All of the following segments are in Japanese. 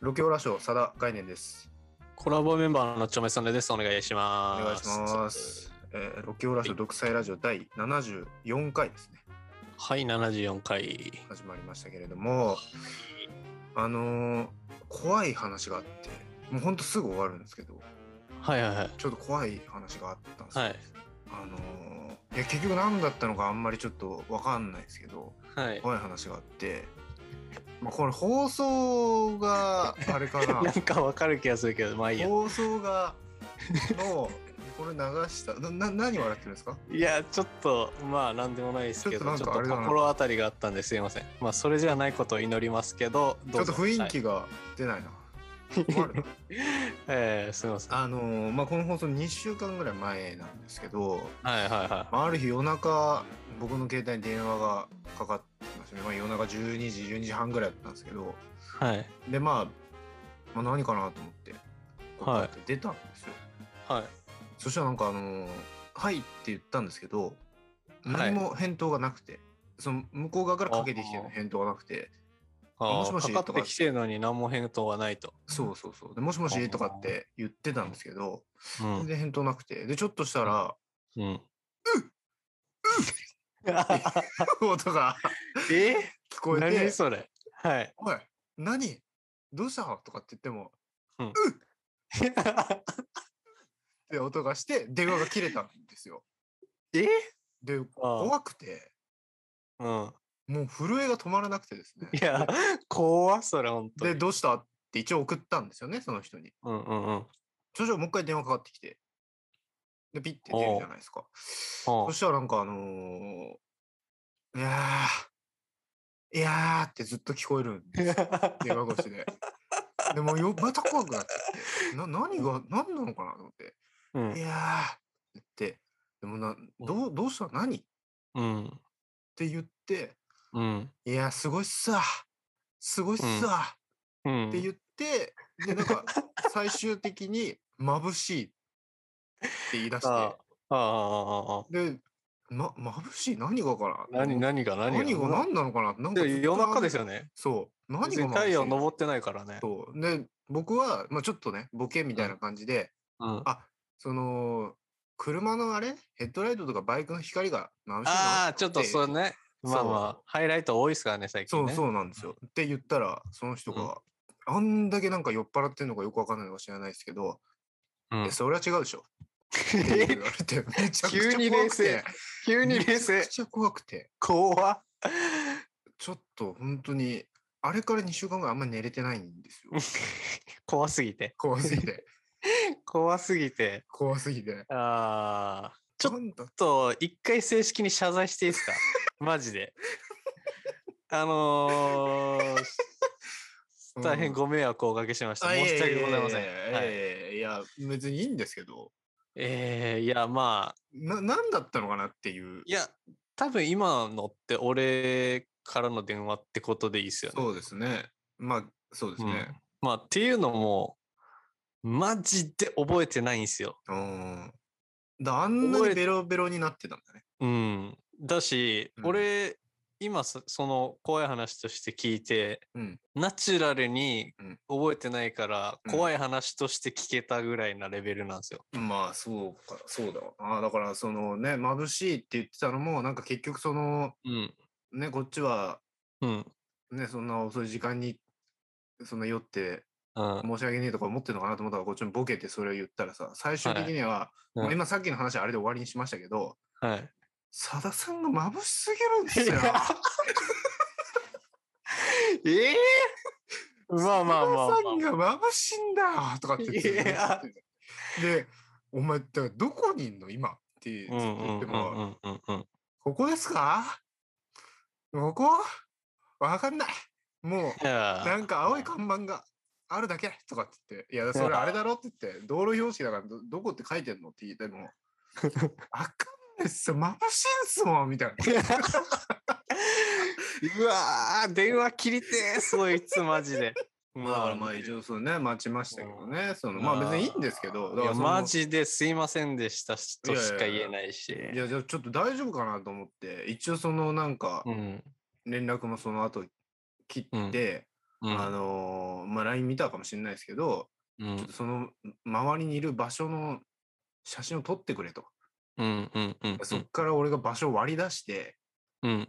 ロケオラ賞、佐田概念です。コラボメンバーのちょめさんです。お願いしおます。願いします。。えーロケオラ賞独裁ラジオ第74回ですね。はい、74回。始まりましたけれども、あのー怖い話があって、もうほんとすぐ終わるんですけど、はいはいはい。ちょっと怖い話があったんですよ。はい。あのーいや結局何だったのかあんまりちょっとわかんないですけど、はい。怖い話があって、まあ、これ放送があれか ななんかわかる気がするけど、まあいいや。放送がのこれ流したなな何笑ってるんですかいや、ちょっと、まあ、なんでもないですけちょっとど、ちなんょかあっとれだな心当たりがあったんですいません。まあ、それじゃないことを祈りますけど、ちどょうっとぞ雰囲はい気が出ないな。困るなええすみません。あのーまあ、この放送2週間ぐらい前なんですけど、はいはいはまあ、ある日夜中僕の携帯に電話がかかってきましたね、まあ、夜中12時12時半ぐらいだったんですけどい。はい。で、まあ、まあ何かなと思ってこうはいパッて出たんですよ、はい。そしたらなんかあのーはい」って言ったんですけどはい何も返答がなくて、その向こう側からかけてきてあのー返答がなくてあもあしもしかかってきてるのに何も返答はないと。そうそうそうでもしもあしーとかって言ってたんですけどうん全。然返答なくてでちょっとしたらうん。音が え聞こえて何それはい。おい、何どうしたとかって言っても、うんうっって音がして、電話が切れたんですよ。え で、怖くて、うん。もう震えが止まらなくてです ね。いや、怖っそれ、本当で、に。どうしたって一応送ったんですよね、その人に。うんうんうん。そしたらもう一回電話かかってきて、で、ピッて出るじゃないですか。おそうしたらなんかあのーいやー、いやーってずっと聞こえるん ですよ電話越しで。でもよまた怖くなってきてな何が何なのかなと思って「ういん。やー」って言ってでもなどうどうした何っうん。て言ってうん。 「いやーすごいっさすごいっさ」うん。って言ってでなんか最終的に「眩しい」って言い出してああああああ。で「ま眩しい何がかな?」何、何が、何が。何が何なのかななんかずっでと夜中ですよね。そう何が別眩しにい太陽昇ってないからね。そうで僕は、まあ、ちょっとねボケみたいな感じで、うん。ああその車のあれヘッドライトとかバイクの光が眩しいなあー、ちょっとそれね。まあまあ、ハイライト多いですからね、最近そうね。そうなんですよ。って言ったらその人が、あんだけなんか酔っ払ってんのかよくわかんないのか知らないですけど、うんえ それは違うでしょって言われてめちゃくちゃ怖くて急に冷静急に冷めち静ゃく。ちゃ怖くて怖っ ちょっと本当にあれから2週間ぐらいあんまり寝れてないんですよ 怖すぎて。怖すぎて怖すぎて。怖すぎてああ。ちょっなんだちょっと一回正式に謝罪してい いですかマジで。あのーうん大変ご迷惑をおかけしました。あ申し訳ございません。ややはいいやいやいやいやいやいや別にいいんですけどえーいや、まあ、な何だったのかなっていういや、多分今のって俺からの電話ってことでいいですよね。そうですね。まあ、そうですうんね。まあ、っていうのも、マジで覚えてないんですよ。うん。だあんなにベロベロになってたんだね。うん。だし、うん俺、今そ、その怖い話として聞いて、うん。ナチュラルにうん覚えてないから、うん怖い話として聞けたぐらいなレベルなんですよ。まあ、そうか、そうだわな。だから、そのね、眩しいって言ってたのも、なんか結局、その、うん。ね、こっちは、うん。ね、そんな遅い時間に、そんな酔って、うん。申し訳ねえとか思ってるのかなと思ったから、こっちもボケてそれを言ったらさ、最終的には、いうんまあ今さっきの話はあれで終わりにしましたけど、はい。さださんが眩しすぎるんですよ。 ええまあまあまあ、まあ。さんが眩しいんだよとかって言っていやで、お前、だからどこにいんの今ってずっうとんう言んってうも、んうんうんうん。ここですかここわかんない。もう、いやなんか青い看板があるだけとかって言って、いや、それあれだろって言って、道路標識だからどどこって書いてんのって言 っても、あかんないっすよ、眩しいっすもんみたいな。 うわー電話切りてーそいつマジで。まあまあ、一応そうね、待ちましたけどね。そのまあ別にいいんですけど、だいかやらそのマジですいませんでしたしとしか言えないし。いや、じゃあちょっと大丈夫かなと思って、一応そのなんかう、ん。連絡もその後切って、うんうんあのーまあ、LINE 見たかもしれないですけど、うんその周りにいる場所の写真を撮ってくれと。うんうんうんそっから俺が場所を割り出して、うん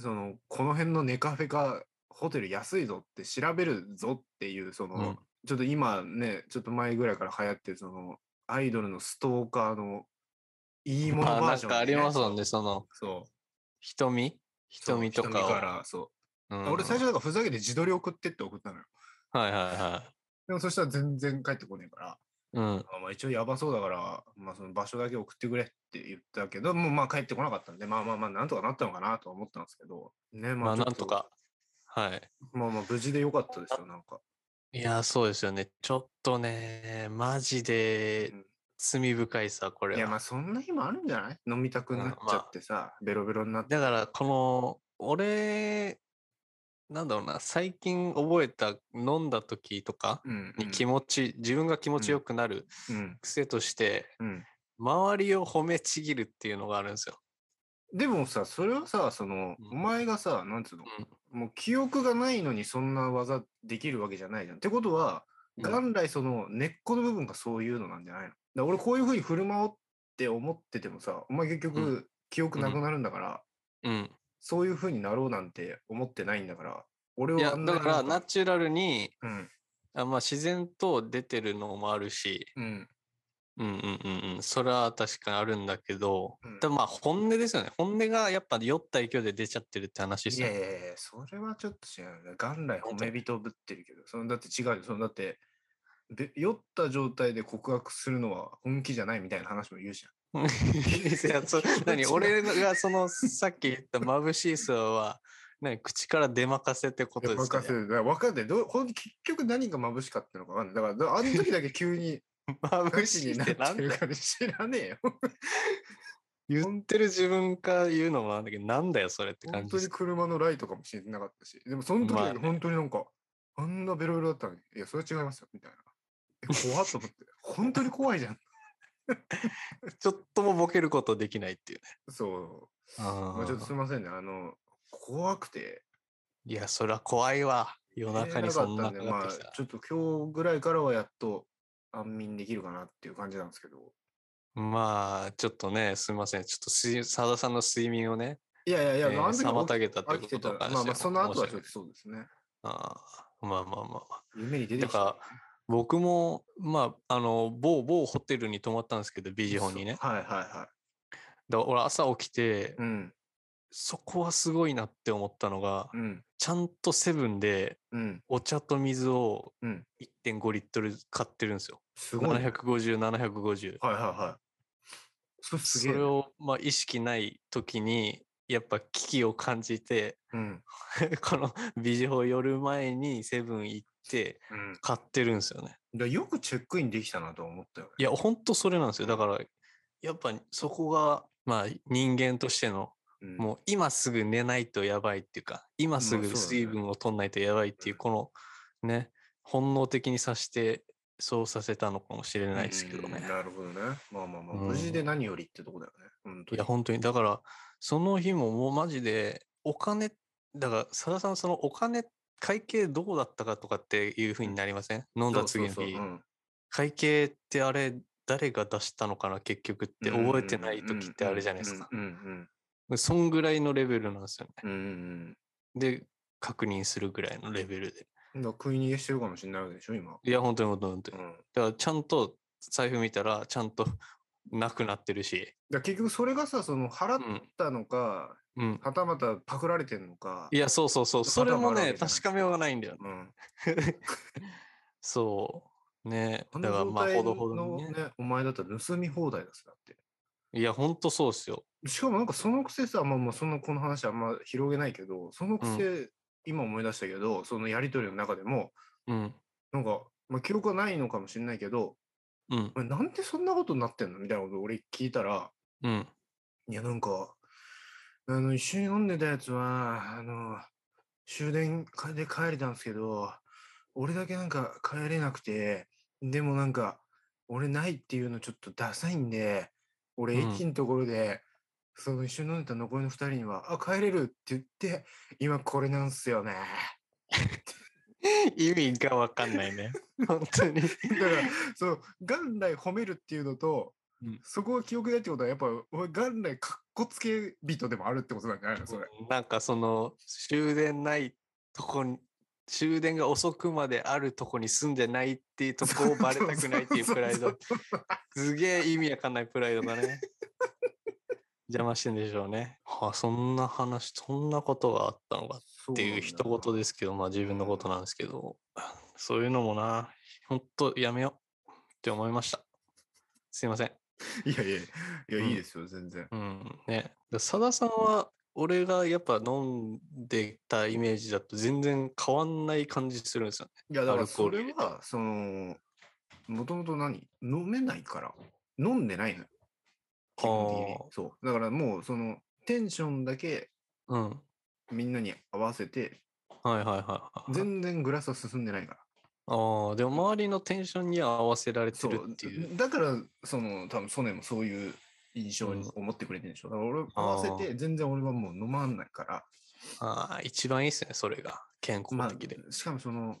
その、この辺のネカフェかホテル安いぞって調べるぞっていう、その、うんちょっと今ね、ちょっと前ぐらいから流行ってる、その、アイドルのストーカーのいいものまあバなーんジョン、かありますもんねそのそう。瞳そう瞳とかを瞳から、そう。俺最初だ初からふざけて自撮り送ってって送ったのよ。はいはいはでもそしたら全然帰ってこねえから、いうんあまあ、一応やばそうだから、まあ、その場所だけ送ってくれって言ったけど、もうまあ帰ってこなかったんで、まあまあまあ、なんとかなったのかなとは思ったんですけど、ね、まあちょなっんとか。はいまあまあ、無事でよかったですよ、なんか。いや、そうですよね。ちょっとね、マジでうん罪深いさ、これいや、まは。あそんな日もあるんじゃない飲みたくなっちゃってさ、ベロベロになって。だから、この、俺、なんだろうな、最近覚えた、飲んだ時とかうん、うにん。気持ち、自分が気持ちよくなるうん。癖として、うん。周りを褒めちぎるっていうのがあるんですよ。でもさ、それはさ、その、うんお前がさ、なんつうの、もう記憶がないのにそんな技できるわけじゃないじゃん。ってことは、うん元来その根っこの部分がそういうのなんじゃないのだから俺こういうふうに振る舞おうって思っててもさ、お前結う局記憶なくなるんだから、うん。そういうふうになろうなんて思ってないんだから、俺いはや、あんなだにから、なナんか、チュラルに、うん、あまあ、自然と出てるのもあるし、うん、うんうんうんうん。それは確かにあるんだけど、うん。でもまあ本音ですよね。本音がやっぱ酔った勢いで出ちゃってるって話ですいよやね。いやいや、それはちょっと違うな。元来褒め人ぶってるけど、そのだって違うよ。そのだって、べ酔った状態で告白するのは本気じゃないみたいな話も言うじ い やそう何違う俺がそのさっき言った眩しいさは何口から出まかせってこゃん。とですかかせる。だから分かんない。どうほん結局何が眩しかったのか分かんない。だからだから、あの時だけ急にね。 眩無し視にいっなってなてんるだよから知らねえよ。言ってる自分か言うのもなんだけどなんだよそれって感本じ当ですに。車のライトかもしれなかったし。でもその時まあだけ本当になんか、あんなベロベロだったのに、いや、それは違いますよ、みたいな。え怖っと思って。 本当に怖いじゃん。ちょっともボケることできないっていうね。そう。あまあ、ちょっとすみませんね。あの、怖くて。いやそりゃ怖いわ。夜中にそんな寝かれなかかっってたんきで、またあ、ちょっと今日ぐらいからはやっと安眠できるかなっていう感じなんですけど。まあちょっとねすみませんちょっとすい澤田さんの睡眠をね、いやいやいえや、ーあの時妨起げたってき飽こきてたとら。からまあしてまあ、その後はちょっ申し訳ないとそうですね。ああ、まあまあまあまあ。夢に出てきただか。僕も、まあ、あの、某某ホテルに泊まったんですけど、ビジホンにね。そうはいはいはい。だ俺朝起きてう、ん、そこはすごいなって思ったのが、うん、ちゃんとセブンでうん、お茶と水をうん。 1.5リットル買ってるんですよ。すごいね。はい750、750。はいはい。それすそげえね。れを、まあ、意識ない時に、やっぱ危機を感じて、うん、 このビジホン寄る前にセブン行ってうん。だか買ってるんですよね。らよくチェックインできたなとは思ったよね。いや、ほんとそれなんですよ。だから、やっぱそこが、まあ人間としての、うんもう今すぐ寝ないとやばいっていうか、今すまあぐそうだね水分を取んないとやばいっていう、このね、本能的にさして、そうさせたのかもしれないですけどねうん。なるほどね。まあまあまあ、うん無事で何よりってとこだよね。本当いにや、本当に。だから、その日ももうマジで、お金、だから、さださん、そのお金、会計どうだったかとかっていうふうになりません飲んだ次のそうそう日そうう。ん会計ってあれ誰が出したのかな結局って覚えてない時ってあるじゃないですか。うんうんそんぐらいのレベルなんですよね。うんうんで確認するぐらいのレベルで。うん。だから食い逃げしてるかもしれないわけでしょ、今。いや本当に本当に本当うに。ん、だだかからちゃんと財布見たらちゃんと なくなってるし。ら結局それがさ、その払うっん。たのか、うん。はたまたパクられてんのか。いやそうそうそう。それもまだまだあるわねけじゃない確かめようがないんだよね。うん、そう。ね。あのだから状まあほ態どほどのにねね。お前だったら盗み放題だすだって。いや本当そうっすよ。しかもなんかそのくせさ、まあまあそのこの話あんま広げないけど、そのくせ、今思い出したけど、そのやりとりの中でも、うん。なんか、まあ、記憶はないのかもしれないけど、うんお。前なんでそんなことになってんのみたいなことを俺聞いたら、うん。いや、なんか、あの、一緒に飲んでたやつは、あの、終電かで帰れたんですけど、俺だけなんか帰れなくて、でもなんか、俺ないっていうのちょっとダサいんで、俺うん駅のところで、その一緒に飲んでた残りの二人には、あ、帰れるって言って、今これなんすよね。 意味がわかんないね。 本当に。だ から、その、元来褒めるっていうのと、うんそこが記憶だってことは、やっぱ、俺元来かっこつけ人でもあるってことなんじゃないのそれ。なんかその終電ないとこに終電が遅くまであるとこに住んでないっていうとこをバレたくないっていうプライドそうそうそうすげえ意味わかんないプライドだね邪魔してんでしょうねはあそんな話そんなことがあったのかそう。っていう一言ですけどまあ自分のことなんですけどそういうのもなほんとやめようって思いましたすいませんいやいや、いや、うんいいですよ、全然。うんね。ださださんは、俺がやっぱ飲んでたイメージだと全然変わんない感じするんですよね。いや、だから、アルコーそルれは、その、もともと何飲めないから、飲んでないのよ。基本的にあー。そう。だからもう、その、テンションだけうん。みんなに合わせて、はいはいはいはい。全然グラスは進んでないから。ああ、でも周りのテンションには合わせられてそるうっていう。だから、その、多分ソネもそういう印象にう思ってくれてるんでしょ。だから俺、合わせて、全然俺はもう飲まんないから。ああ、一番いいっすね、それが。健ま康的で。あ、しかもその、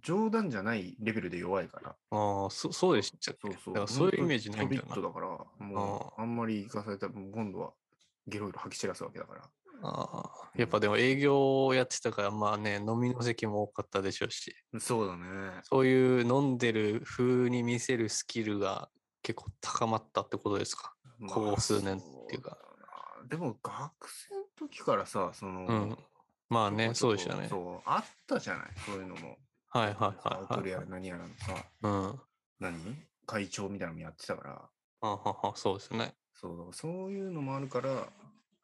冗談じゃないレベルで弱いから。ああ、そそうでしたっそけうそう。だからそういうイメージないんだよ本当な。にトビットだから、もう、あんまり行かされたら、もう今度はゲロゲロ吐き散らすわけだから。ああやっぱでも営業をやってたから、まあね、飲みの席も多かったでしょうし、そうだね。そういう飲んでる風に見せるスキルが結構高まったってことですかまあここ数年っていうか。そうだなでも、学生の時からさ、その、うん。まあね、ちょそうこでしちょたこね。そう、あったじゃない、そういうのも。はいはいサーはクルいやはらい。何やらのさ、うん。は何会長みたいなのもやってたから、はは、そうですね。そう、だからそういうのもあるから、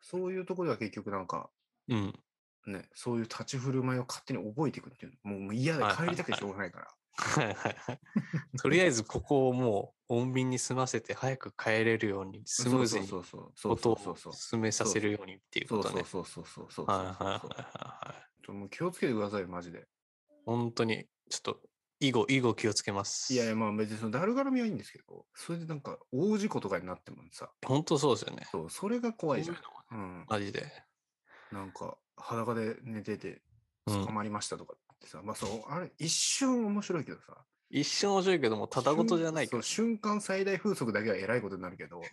そういうところでは結局なんか、うん。 ね、そういう立ち振る舞いを勝手に覚えていくっていうのもうもう嫌ではいはいは帰りいたくてしょうがないから。はいはいはい。とりあえずここをもう穏便に済ませて早く帰れるようにスムーズにそうそうそうことそうそをうそう進めさせるようにっていうそこうとそうね。そうそうそうそうそうはいはいはいそうはいはい。ちょもう気をつけてくださいよマジで本当に、ちょっと、以後、以後気をつけます。いやいやまあ別にそのだるがらみはいいんですけどそれでなんか大事故とかになってもさ本当そうですよね。そうそれが怖いじゃんこうんマジで。なんか裸で寝ててうん捕まりましたとかってさ、まあそうあれ一瞬面白いけどさ一瞬面白いけども、ただごとじゃないそかう瞬間最大風速だけはえらいことになるけどら。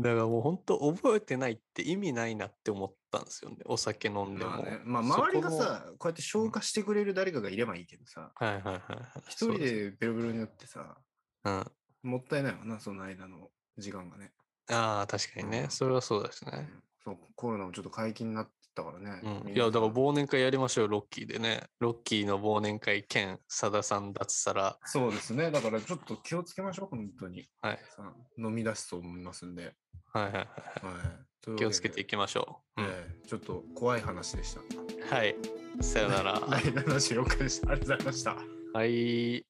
だからもう本当覚えてないって意味ないなって思ったんですよね。お酒飲んでも。まあねまあそこの周りがさこうやって消化してくれる誰かがいればいいけどさはいはいはい。一人。でベロベロになってさうん。あもったいないわなその間の時間がねあ、確かにね。それはそうですうね。んそうコロナもちょっと解禁になってたからね。うん、みいんや、なだからさ忘年会やりましょうよ、ロッキーでね。ロッキーの忘年会兼、さださん脱サラ。そうですね。だからちょっと気をつけましょう、本当に。はい。さ飲み出すと思いますんで。はいはいはい。はい、というわけで気をつけていきましょう。うんええちょっと怖い話でした。はい。さよなら。 第74回でした。ありがとうございました。はい。